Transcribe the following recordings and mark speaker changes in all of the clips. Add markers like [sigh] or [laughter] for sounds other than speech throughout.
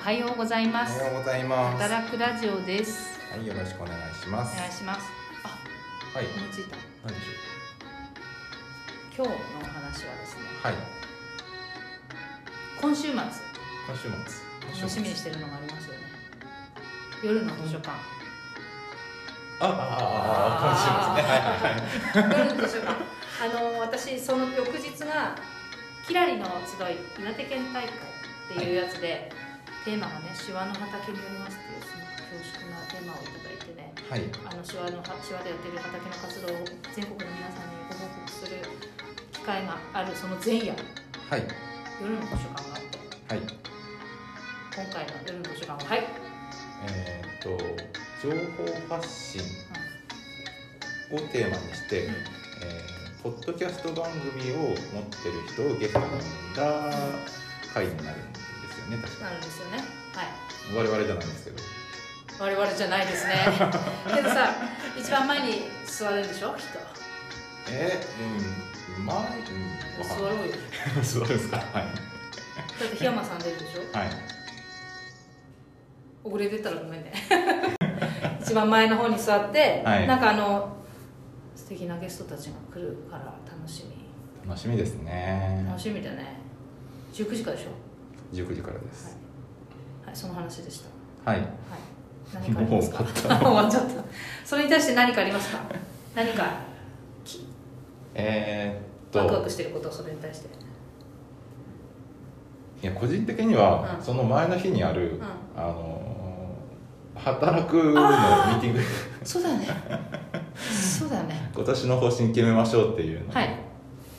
Speaker 1: はようございま
Speaker 2: お
Speaker 1: す
Speaker 2: はようございます。は
Speaker 1: 働くラジオです
Speaker 2: い、よろしくお願いしま
Speaker 1: お
Speaker 2: す。
Speaker 1: 願いしますあ、
Speaker 2: はい、
Speaker 1: 思いついた
Speaker 2: 何でしょ
Speaker 1: 今日のお話はですね
Speaker 2: う。はい、
Speaker 1: 今週末
Speaker 2: 今週末。
Speaker 1: 楽しみにしてるのがありますよね夜の図書館
Speaker 2: あああああ、今週末ね。はいはいはい。
Speaker 1: 夜の図書館 [laughs] あの私その翌日が「キラリの集い岩手県大会」っていうやつで、テーマがね「シワの畑によります」っていうすごく恐縮なテーマをいただいてね
Speaker 2: はい、
Speaker 1: あの手話の手話でやってる畑の活動を全国の皆さんにご報告する機会があるその前夜
Speaker 2: はい、
Speaker 1: 夜の図書館があって
Speaker 2: はい。
Speaker 1: 今回の夜の図書館ははい
Speaker 2: えーっと、情報発信をテーマにして、
Speaker 1: うん
Speaker 2: えーポッドキャスト番組を持ってる人をゲストに呼んだ回になるんですよね。確か
Speaker 1: なるんですよねはい
Speaker 2: に。我々じゃないんですけど。
Speaker 1: 我々じゃない [laughs] ですねけどさ一番前に座れるでしょきっと
Speaker 2: えー、うん、うまい。うん、
Speaker 1: 座ろう
Speaker 2: う。
Speaker 1: よ
Speaker 2: [laughs] 座るんですか。はい。
Speaker 1: だって檜山さん出るでしょ
Speaker 2: はい。
Speaker 1: 遅れてたらご [laughs] めんね一番前の方に座って、
Speaker 2: はい
Speaker 1: なんかあの素敵なゲストたちが来るから楽しみ
Speaker 2: 楽しみですね
Speaker 1: 楽しみだね19時からでしょ
Speaker 2: 19時からです
Speaker 1: はい、その話でした。
Speaker 2: はい
Speaker 1: はい。何かありますか。
Speaker 2: もう終
Speaker 1: [laughs] 終わっちゃった。それに対して何かありますか。何かき
Speaker 2: えーっ
Speaker 1: ワクワ
Speaker 2: と
Speaker 1: クしてることそれに対して。
Speaker 2: いや個人的には、
Speaker 1: うん
Speaker 2: その前の日にある、
Speaker 1: ん
Speaker 2: あのー働くのミーティング
Speaker 1: そうだね。そうだね。
Speaker 2: [laughs] 今年の方針決めましょうっていうの、
Speaker 1: はい。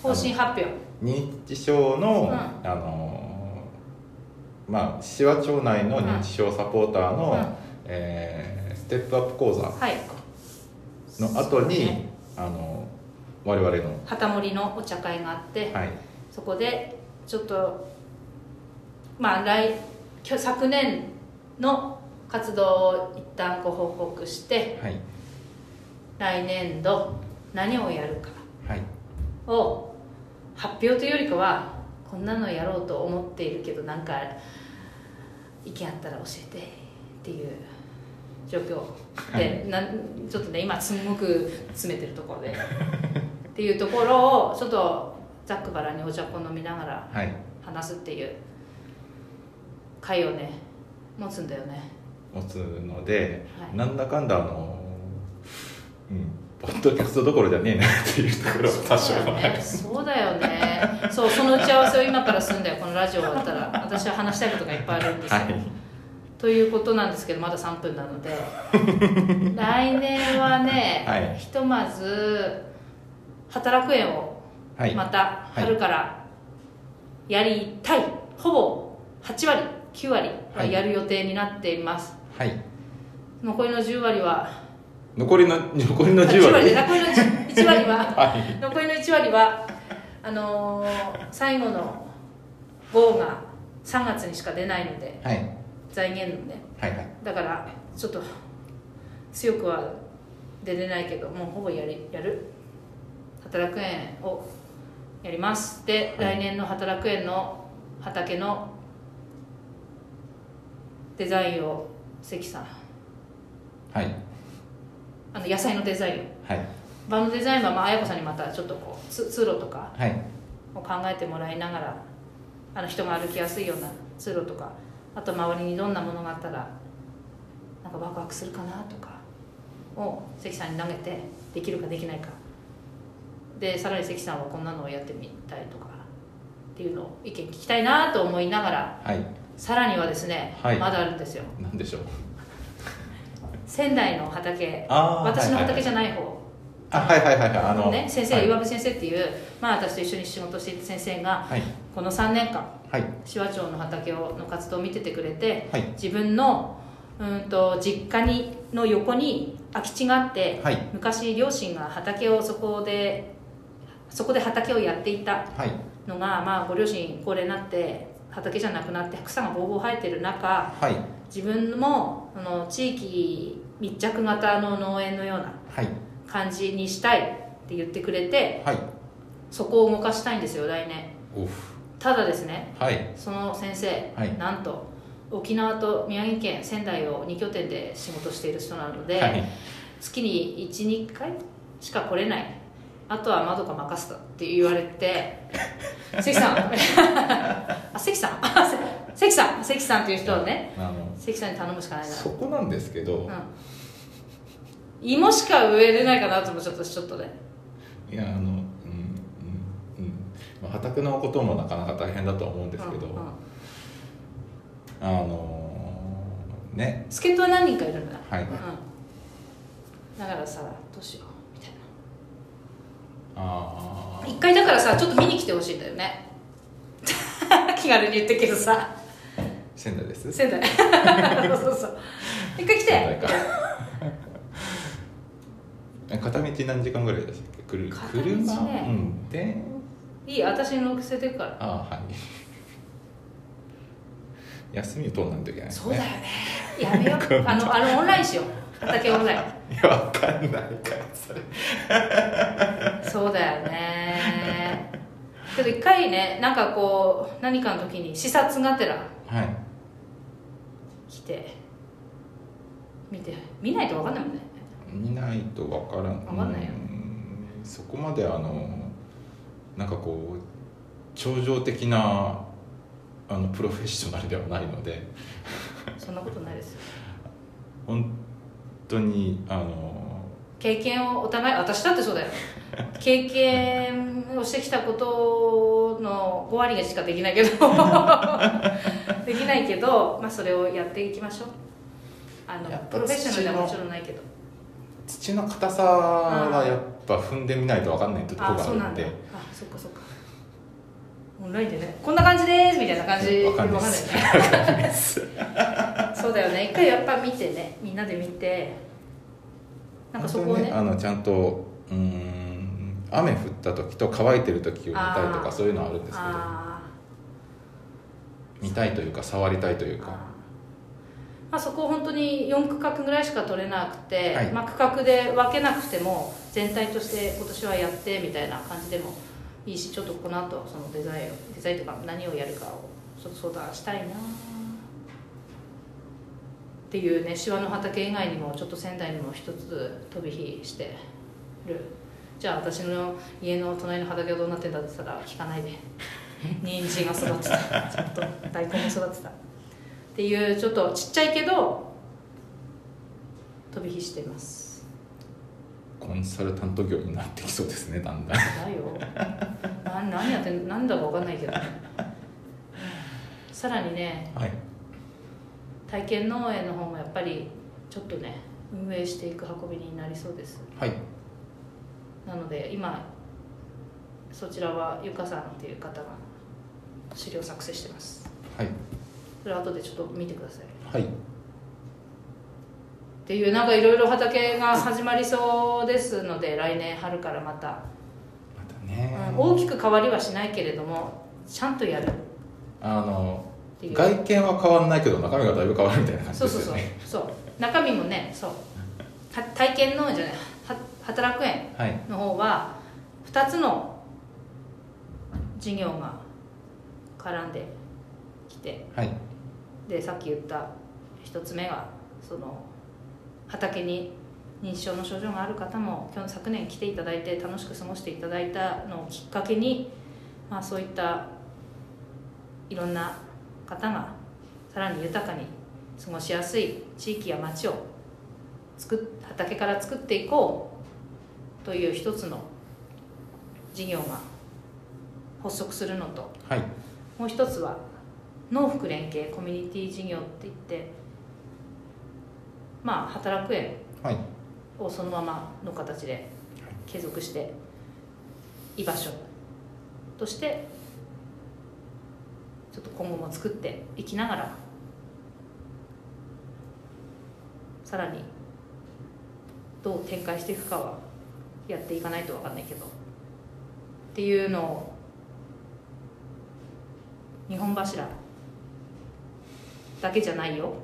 Speaker 1: 方針発表。
Speaker 2: 認知症の、
Speaker 1: うん
Speaker 2: あのーまあ紫波町内の認知症サポーターの、
Speaker 1: うん
Speaker 2: えーステップアップ講座
Speaker 1: はい。
Speaker 2: の後に、
Speaker 1: そうね
Speaker 2: あのー我々の、
Speaker 1: 旗森のお茶会があって、
Speaker 2: はい、
Speaker 1: そこでちょっとまあ来きょ昨年の活動を一旦ご報告して、
Speaker 2: はい
Speaker 1: 来年度何をやるか。
Speaker 2: はい
Speaker 1: を発表というよりかはこんなのやろうと思っているけどなんか意見あったら教えてっていう状況で、なんちょっとね今すんごく詰めてるところ
Speaker 2: [laughs]
Speaker 1: でっていうところをちょっとざっくばらんにお茶っこ飲みながら
Speaker 2: はい
Speaker 1: 話すっていう会をね持つんだよね
Speaker 2: 持つので、
Speaker 1: はい
Speaker 2: なんだかんだあの、うん、ポッドキャストどころじゃねえなっていうところは多少
Speaker 1: そう
Speaker 2: は
Speaker 1: だよねそうだよねそうその打ち合わせを今からするんだよこのラジオ終わったら私は話したいことがいっぱいあるんですよ、
Speaker 2: はい
Speaker 1: ということなんですけどまだ3分なの
Speaker 2: [laughs]
Speaker 1: で来年はね、
Speaker 2: はい
Speaker 1: ひとまず働く園を
Speaker 2: はい、
Speaker 1: また
Speaker 2: い
Speaker 1: 春からやりたい、ほぼ8割9割はやる予定になっています、
Speaker 2: はい、
Speaker 1: 残りの10割は
Speaker 2: 残りの残りの10
Speaker 1: 10割
Speaker 2: 割
Speaker 1: で残りの1割は [laughs]
Speaker 2: はい
Speaker 1: 残りの1割はあのー最後の号が3月にしか出ないので
Speaker 2: はい
Speaker 1: 財源のね
Speaker 2: はいはい
Speaker 1: だからちょっと強くは出れないけどもうほぼやりやる働く園をやりますで、
Speaker 2: はい
Speaker 1: 来年の働く園の畑のデザインを関さん
Speaker 2: はい
Speaker 1: あの野菜のデザインを
Speaker 2: はい
Speaker 1: 場のデザインはまあ綾子さんにまたちょっとこうつ通路とか
Speaker 2: はい
Speaker 1: を考えてもらいながらあの人が歩きやすいような通路とかあと周りにどんなものがあったらなんかワクワクするかなとかを関さんに投げてできるかできないかでさらに関さんはこんなのをやってみたいとかっていうのを意見聞きたいなと思いながら
Speaker 2: はい
Speaker 1: さらにはですね、
Speaker 2: はい
Speaker 1: まだあるんですよ
Speaker 2: なんでしょう
Speaker 1: 仙台の畑
Speaker 2: あー
Speaker 1: 私の
Speaker 2: はいはいは
Speaker 1: 畑
Speaker 2: い
Speaker 1: じゃない方、
Speaker 2: あはいはいはいはいあの
Speaker 1: ね、先
Speaker 2: は
Speaker 1: 生
Speaker 2: い
Speaker 1: 岩部先生っていう、まあ、私と一緒に仕事していた先生が
Speaker 2: はい
Speaker 1: この3年間
Speaker 2: はい
Speaker 1: 紫波町の畑をの活動を見ててくれて
Speaker 2: はい
Speaker 1: 自分のうんと実家にの横に空き地があって、
Speaker 2: はい
Speaker 1: 昔両親が畑をそこでそこで畑をやっていた
Speaker 2: はい
Speaker 1: のが、まあ、ご両親高齢になって畑じゃなくなって草がぼうぼう生えてる中
Speaker 2: はい
Speaker 1: 自分もあの地域密着型の農園のような
Speaker 2: はい
Speaker 1: 感じにしたいって言ってくれて
Speaker 2: はい
Speaker 1: そこを動かしたいんですよ来年
Speaker 2: オフ
Speaker 1: ただですね
Speaker 2: はい
Speaker 1: その先生、
Speaker 2: はい
Speaker 1: なんと沖縄と宮城県仙台を2拠点で仕事している人なので、
Speaker 2: はい
Speaker 1: 月に12回しか来れないあとは窓が任せたって言われ
Speaker 2: [laughs]
Speaker 1: て関さん [laughs] あ関さん [laughs] あせ関さん関さんっていう人をね
Speaker 2: あの
Speaker 1: 関さんに頼むしかないな
Speaker 2: そこなんですけど、
Speaker 1: うん、芋しか植えれないかなともちょっとちょっとね
Speaker 2: いやあのうんうんうんまあ畑のこともなかなか大変だとは思うんですけど、
Speaker 1: うんうん
Speaker 2: あのーね
Speaker 1: 助っ人は何人かいるんだ、
Speaker 2: はい
Speaker 1: うん、だからさどうしようみたいな
Speaker 2: あ
Speaker 1: 一回だからさちょっと見に来てほしいんだよね [laughs] 気軽に言ってけどさ
Speaker 2: ー仙台です
Speaker 1: 仙台 [laughs] そうそうそう一回来て
Speaker 2: 仙台か [laughs] え片道何時間ぐらいでしたっけくる
Speaker 1: 片道ね
Speaker 2: 車、うんで
Speaker 1: いい私に乗せてるから
Speaker 2: ああはい休みを取らないといけないです
Speaker 1: そうだ
Speaker 2: ね
Speaker 1: よねやめ
Speaker 2: [laughs]
Speaker 1: ようあのあのオンラインしよう畑オンライン
Speaker 2: いやわかんないからそれ
Speaker 1: そうだよねけど一回ねなんかこう何かの時に視察がてら
Speaker 2: はい
Speaker 1: 来て見て見ないと分かんないもんね
Speaker 2: 見ないとわからん
Speaker 1: わかんないよ
Speaker 2: うんそこまであのなんかこう頂上的なあのプロフェッショナルではないので
Speaker 1: そんなことないですよ
Speaker 2: 本当にあの
Speaker 1: 経験をお互い私だって
Speaker 2: [laughs]
Speaker 1: そうだよ経験をしてきたことの5割しかでき
Speaker 2: [laughs]
Speaker 1: ないけどできないけど、まあ、それをやっていきましょうあの
Speaker 2: やっぱ
Speaker 1: プロフェッショナルではもちろんないけど
Speaker 2: 土の硬さはやっぱ踏んでみないとわかんないところ
Speaker 1: あ
Speaker 2: が
Speaker 1: そうな
Speaker 2: あるん
Speaker 1: んだ
Speaker 2: で
Speaker 1: あそっかそっかオンラインでねこんな感じですみたいな感じで
Speaker 2: わかんないで
Speaker 1: ね
Speaker 2: す
Speaker 1: そうだよね一回やっぱ見てねみんなで見てなんかそこをね
Speaker 2: 本当にあのちゃんとうん雨降った時と乾いてる時を見たいと
Speaker 1: あー
Speaker 2: かそういうのはあるんですけど
Speaker 1: あー
Speaker 2: 見たいというか触りたいというか
Speaker 1: あーまあ、そこ本当に4区画ぐらいしか取れなくて、
Speaker 2: はい
Speaker 1: まあ、区画で分けなくても全体として今年はやってみたいな感じでもいいしちょっとこの後そのデザインをデザインというか何をやるかをちょっと相談したいなっていうね芝の畑以外にもちょっと仙台にも一つ飛び火してるじゃあ私の家の隣の畑はどうなってんだって言ったら聞かないで人参が育ってたちょっと大根も育ってたっていうちょっとちっちゃいけど飛び火してます
Speaker 2: コンサルタント業になってきそうですねだんだ
Speaker 1: だ
Speaker 2: ん
Speaker 1: よな何やってんなんだか分かんないけどね、うんさらにね
Speaker 2: はい、
Speaker 1: 体験農園の方もやっぱりちょっとね運営していく運びになりそうです
Speaker 2: はい、
Speaker 1: なので今そちらはゆかさんっていう方が資料作成してます
Speaker 2: はい、
Speaker 1: それは後でちょっと見てください
Speaker 2: はい、
Speaker 1: っていうなんかいろいろ畑が始まりそうですので来年春からまた、
Speaker 2: またね、
Speaker 1: うん大きく変わりはしないけれどもちゃんとやるっ
Speaker 2: あの
Speaker 1: ていう
Speaker 2: 外見は変わんないけど中身がだいぶ変わるみたいな感じ
Speaker 1: そう
Speaker 2: で
Speaker 1: そう
Speaker 2: す
Speaker 1: そ
Speaker 2: よ
Speaker 1: う
Speaker 2: ね
Speaker 1: そう中身もねそうは体験農園じゃないは働く園
Speaker 2: はい
Speaker 1: の方は2つの事業が絡んできて
Speaker 2: はい
Speaker 1: でさっき言った一つ目がその畑に認知症の症状がある方も今日昨年来ていただいて楽しく過ごしていただいたのをきっかけに、まあ、そういったいろんな方がさらに豊かに過ごしやすい地域や町を作っ畑から作っていこうという一つの事業が発足するのと
Speaker 2: はい
Speaker 1: もう一つは農福連携コミュニティ事業って言ってまあ働く園
Speaker 2: はい
Speaker 1: をそのままの形で継続して居場所としてちょっと今後も作っていきながらさらにどう展開していくかはやっていかないと分かんないけどっていうのを日本柱だけじゃないよ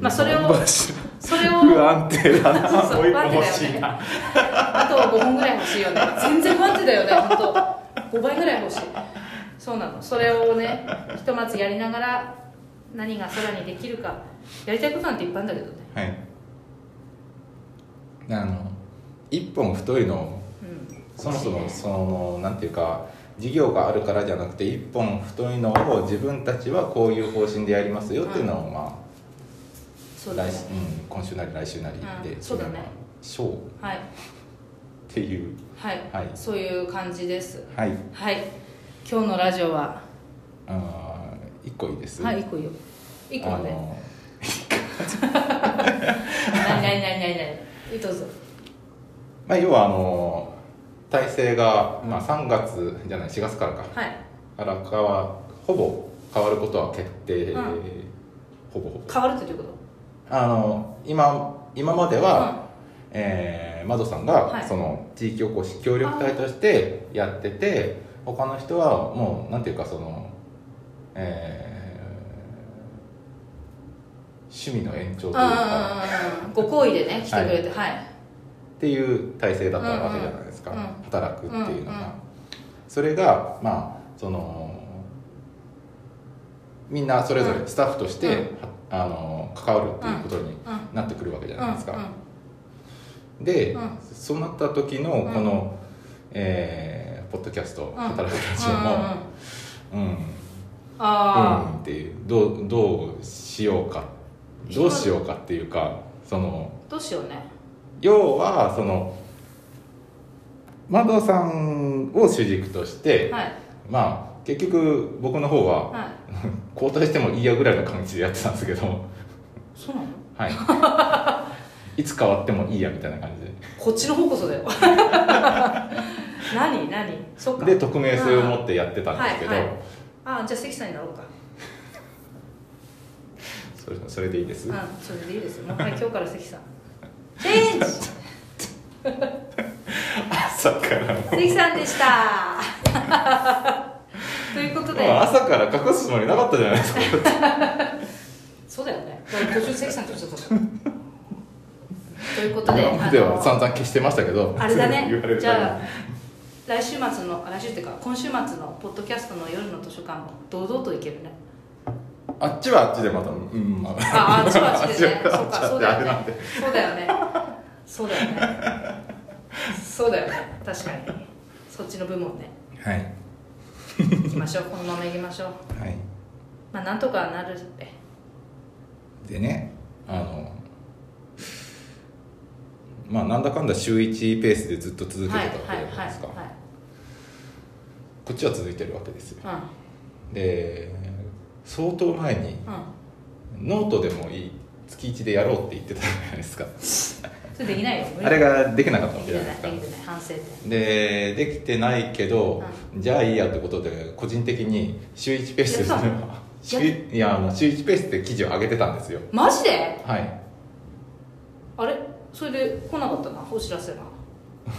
Speaker 1: まあそれをそ
Speaker 2: [laughs]
Speaker 1: れを
Speaker 2: 不安定だな
Speaker 1: そうそう
Speaker 2: 追い
Speaker 1: 不安定だよね
Speaker 2: 込ましいな
Speaker 1: あと5本ぐらい欲しいよね全然不安定だよ
Speaker 2: [laughs]
Speaker 1: ね本当5倍ぐらい欲しいそうなのそれをねひとまずやりながら何が空にできるかやりたいことなんていっぱいあるんだけどね
Speaker 2: はいあの一本太いのを
Speaker 1: うん
Speaker 2: そもそも
Speaker 1: 欲しいね
Speaker 2: そのなんていうか事業があるからじゃなくて一本太いのを自分たちはこういう方針でやりますよっていうのをま
Speaker 1: そ
Speaker 2: あ
Speaker 1: うだ
Speaker 2: 来
Speaker 1: ね
Speaker 2: 週うん今週なり来週なりで
Speaker 1: うんそうだね
Speaker 2: しょうっ
Speaker 1: はい
Speaker 2: ていう
Speaker 1: はい
Speaker 2: はい
Speaker 1: そういう感じです
Speaker 2: はい
Speaker 1: はい今日のラジオは
Speaker 2: あー一個いいです
Speaker 1: はい一個いいよ一個まで
Speaker 2: あの
Speaker 1: 何何何何何どうぞ
Speaker 2: まあ要はあの体制が
Speaker 1: うん
Speaker 2: まあ3月じゃない4月からか
Speaker 1: はい
Speaker 2: からかはほぼ変わることは決定
Speaker 1: うん
Speaker 2: ほぼほぼ
Speaker 1: 変わるってどういうこ
Speaker 2: あの今今まで
Speaker 1: と
Speaker 2: は、えー、マドさんが、
Speaker 1: はい
Speaker 2: その地域おこし協力隊としてやってて他の人はもうなんていうかその、えー趣味の延長とい
Speaker 1: う
Speaker 2: う
Speaker 1: ん
Speaker 2: か
Speaker 1: うんうんうんご好意でね来てくれてはい、
Speaker 2: っていう体制だったわけじゃないですか、
Speaker 1: うんうん
Speaker 2: 働くっていうのが、
Speaker 1: うんうん
Speaker 2: それがまあそのみんなそれぞれスタッフとして、
Speaker 1: うん
Speaker 2: はあの関わるっていうことに
Speaker 1: うん
Speaker 2: なってくるわけじゃないですか、
Speaker 1: うんうん
Speaker 2: で、
Speaker 1: うん
Speaker 2: そうなった時の
Speaker 1: うん
Speaker 2: この、えーポッドキャスト「
Speaker 1: ん
Speaker 2: 働くラジ
Speaker 1: あ
Speaker 2: オ」も「うん」
Speaker 1: あ
Speaker 2: うんっていうどうどうしようかどうしようかっていうかその
Speaker 1: ー、どうしようね
Speaker 2: 要はその窓さんを主軸として、
Speaker 1: はい
Speaker 2: まあ結局僕の方は
Speaker 1: はい
Speaker 2: 交代してもいいやぐらいの感じでやってたんですけど、
Speaker 1: そうなの
Speaker 2: は
Speaker 1: [laughs]
Speaker 2: いいつ変わってもいいやみたいな感じで。
Speaker 1: こっちの方こそだよ [laughs] 何何そっか
Speaker 2: で匿名性を持ってやってたんですけど、
Speaker 1: はいはいああじゃあ関さんになろうか
Speaker 2: それそれでいいです、
Speaker 1: うんそれでいいですよもうはい今日から関さんチェンジ
Speaker 2: 朝からも
Speaker 1: 関さんでした [laughs] ということ
Speaker 2: う
Speaker 1: で
Speaker 2: 朝から隠すつもりなかったじゃないですか
Speaker 1: そうだよねだから途中関さんとちょっとということで
Speaker 2: 今まで
Speaker 1: あ
Speaker 2: は
Speaker 1: の
Speaker 2: 散々消してましたけど
Speaker 1: あれだ
Speaker 2: 言われ
Speaker 1: ね
Speaker 2: る
Speaker 1: じゃあ来週末のあ来週っていうか今週末のポッドキャストの夜の図書館も堂々と行け
Speaker 2: [laughs]
Speaker 1: るね
Speaker 2: ああっちはあっちでまたうんま
Speaker 1: あ
Speaker 2: あ
Speaker 1: あっちはあっちでね
Speaker 2: [laughs] あ
Speaker 1: そ
Speaker 2: っちは
Speaker 1: うかそうだ
Speaker 2: あっちであ
Speaker 1: よ
Speaker 2: れなん
Speaker 1: ね
Speaker 2: で
Speaker 1: そうだよねそうだよねそうだよね確かにそっちの部門ね
Speaker 2: はい
Speaker 1: 行きましょうこのまま行きましょう
Speaker 2: はい
Speaker 1: まあなんとかなるって
Speaker 2: でねあのまあなんだかんだ週1ペースでずっと続け
Speaker 1: はい
Speaker 2: てた
Speaker 1: は
Speaker 2: わけじゃ
Speaker 1: いは
Speaker 2: ないいですか、
Speaker 1: は
Speaker 2: こっちは続いてるわけですよ
Speaker 1: い
Speaker 2: で相当前に
Speaker 1: うんうん
Speaker 2: ノートでもいい月1でやろうって言ってたじゃないですか
Speaker 1: それできないよ無理
Speaker 2: あれができなかった
Speaker 1: でき
Speaker 2: わけ
Speaker 1: てな
Speaker 2: じゃ
Speaker 1: い
Speaker 2: ないです
Speaker 1: できてない
Speaker 2: か
Speaker 1: 反省点
Speaker 2: でできてないけど、じゃあいいやってことで個人的に週1ペースで
Speaker 1: やった
Speaker 2: [laughs] 週いやあの週1ペースで記事を上げてたんですよ
Speaker 1: マジで
Speaker 2: はい
Speaker 1: あれそれで来なかったなお知らせが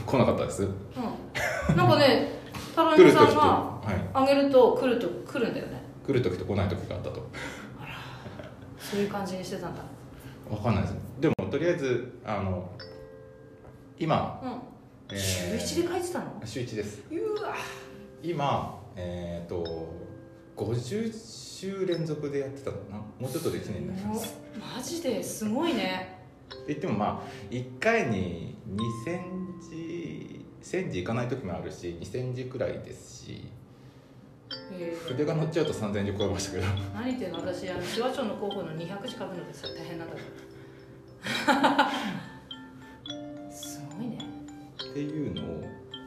Speaker 2: 来なかったです
Speaker 1: うんなんかねタラ
Speaker 2: 来
Speaker 1: ミ
Speaker 2: る
Speaker 1: さ
Speaker 2: 時
Speaker 1: ん
Speaker 2: と、
Speaker 1: が
Speaker 2: は
Speaker 1: あげると来ると来るんだよね
Speaker 2: い、来る時と来ない時があったと
Speaker 1: そういう感じにしてたんだ
Speaker 2: 分かんないですでもとりあえずあの今、
Speaker 1: うん
Speaker 2: えー
Speaker 1: 週一で書いてたの
Speaker 2: 週1です
Speaker 1: うわ
Speaker 2: 今えっ、と50週連続でやってたのかなもうちょっとで1年になります
Speaker 1: マジですごいね
Speaker 2: って言ってもまあ1回に2000字1000字いかない時もあるし2000字くらいですし
Speaker 1: えー
Speaker 2: 筆が乗っちゃうと3000字超えましたけど
Speaker 1: 何言ってんの私あの手話帳の候補の200字書くのでさ大変なんだから
Speaker 2: [laughs]
Speaker 1: すごいね
Speaker 2: っていうのを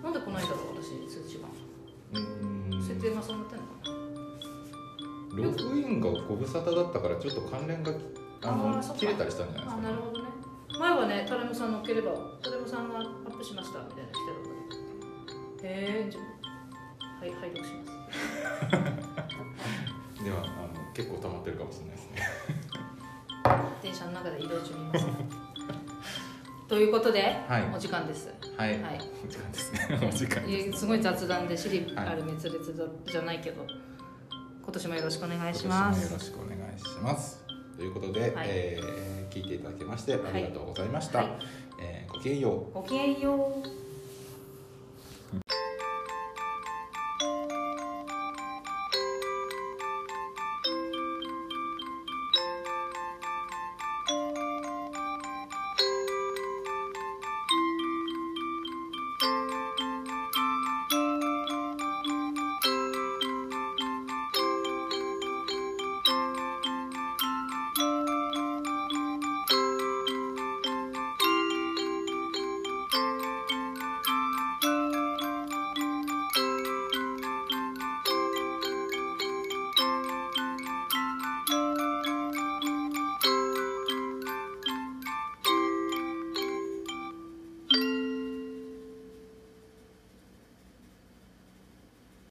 Speaker 1: なんでこの間だろう私通知が
Speaker 2: うーん
Speaker 1: 設定がそうなってんのかな
Speaker 2: ログインがご無沙汰だったからちょっと関連がきあの
Speaker 1: あーそっか
Speaker 2: 切れたりしたんじゃない
Speaker 1: あ
Speaker 2: で
Speaker 1: な
Speaker 2: す
Speaker 1: る
Speaker 2: か
Speaker 1: ほどね前はねタラムさん乗っければタラムさんがアップしましたみたいなの来てたからへえじゃあはい拝読します
Speaker 2: ではあの結構溜まってるかもしれないですね
Speaker 1: 電車の中で移動中にい
Speaker 2: [laughs]
Speaker 1: ますということで、
Speaker 2: はい
Speaker 1: お時間です
Speaker 2: はい、
Speaker 1: はい
Speaker 2: お時間ですねお時間
Speaker 1: い
Speaker 2: で
Speaker 1: や
Speaker 2: す
Speaker 1: すごい雑談で尻
Speaker 2: はい
Speaker 1: ある滅裂だじゃないけど今年もよろしくお願いしま
Speaker 2: 今年もよ
Speaker 1: す
Speaker 2: ろしくお願いしますということで、
Speaker 1: はい
Speaker 2: えー聞いていただきましてありがとうございました、
Speaker 1: はい
Speaker 2: えーごきげんよう
Speaker 1: ごきげんよう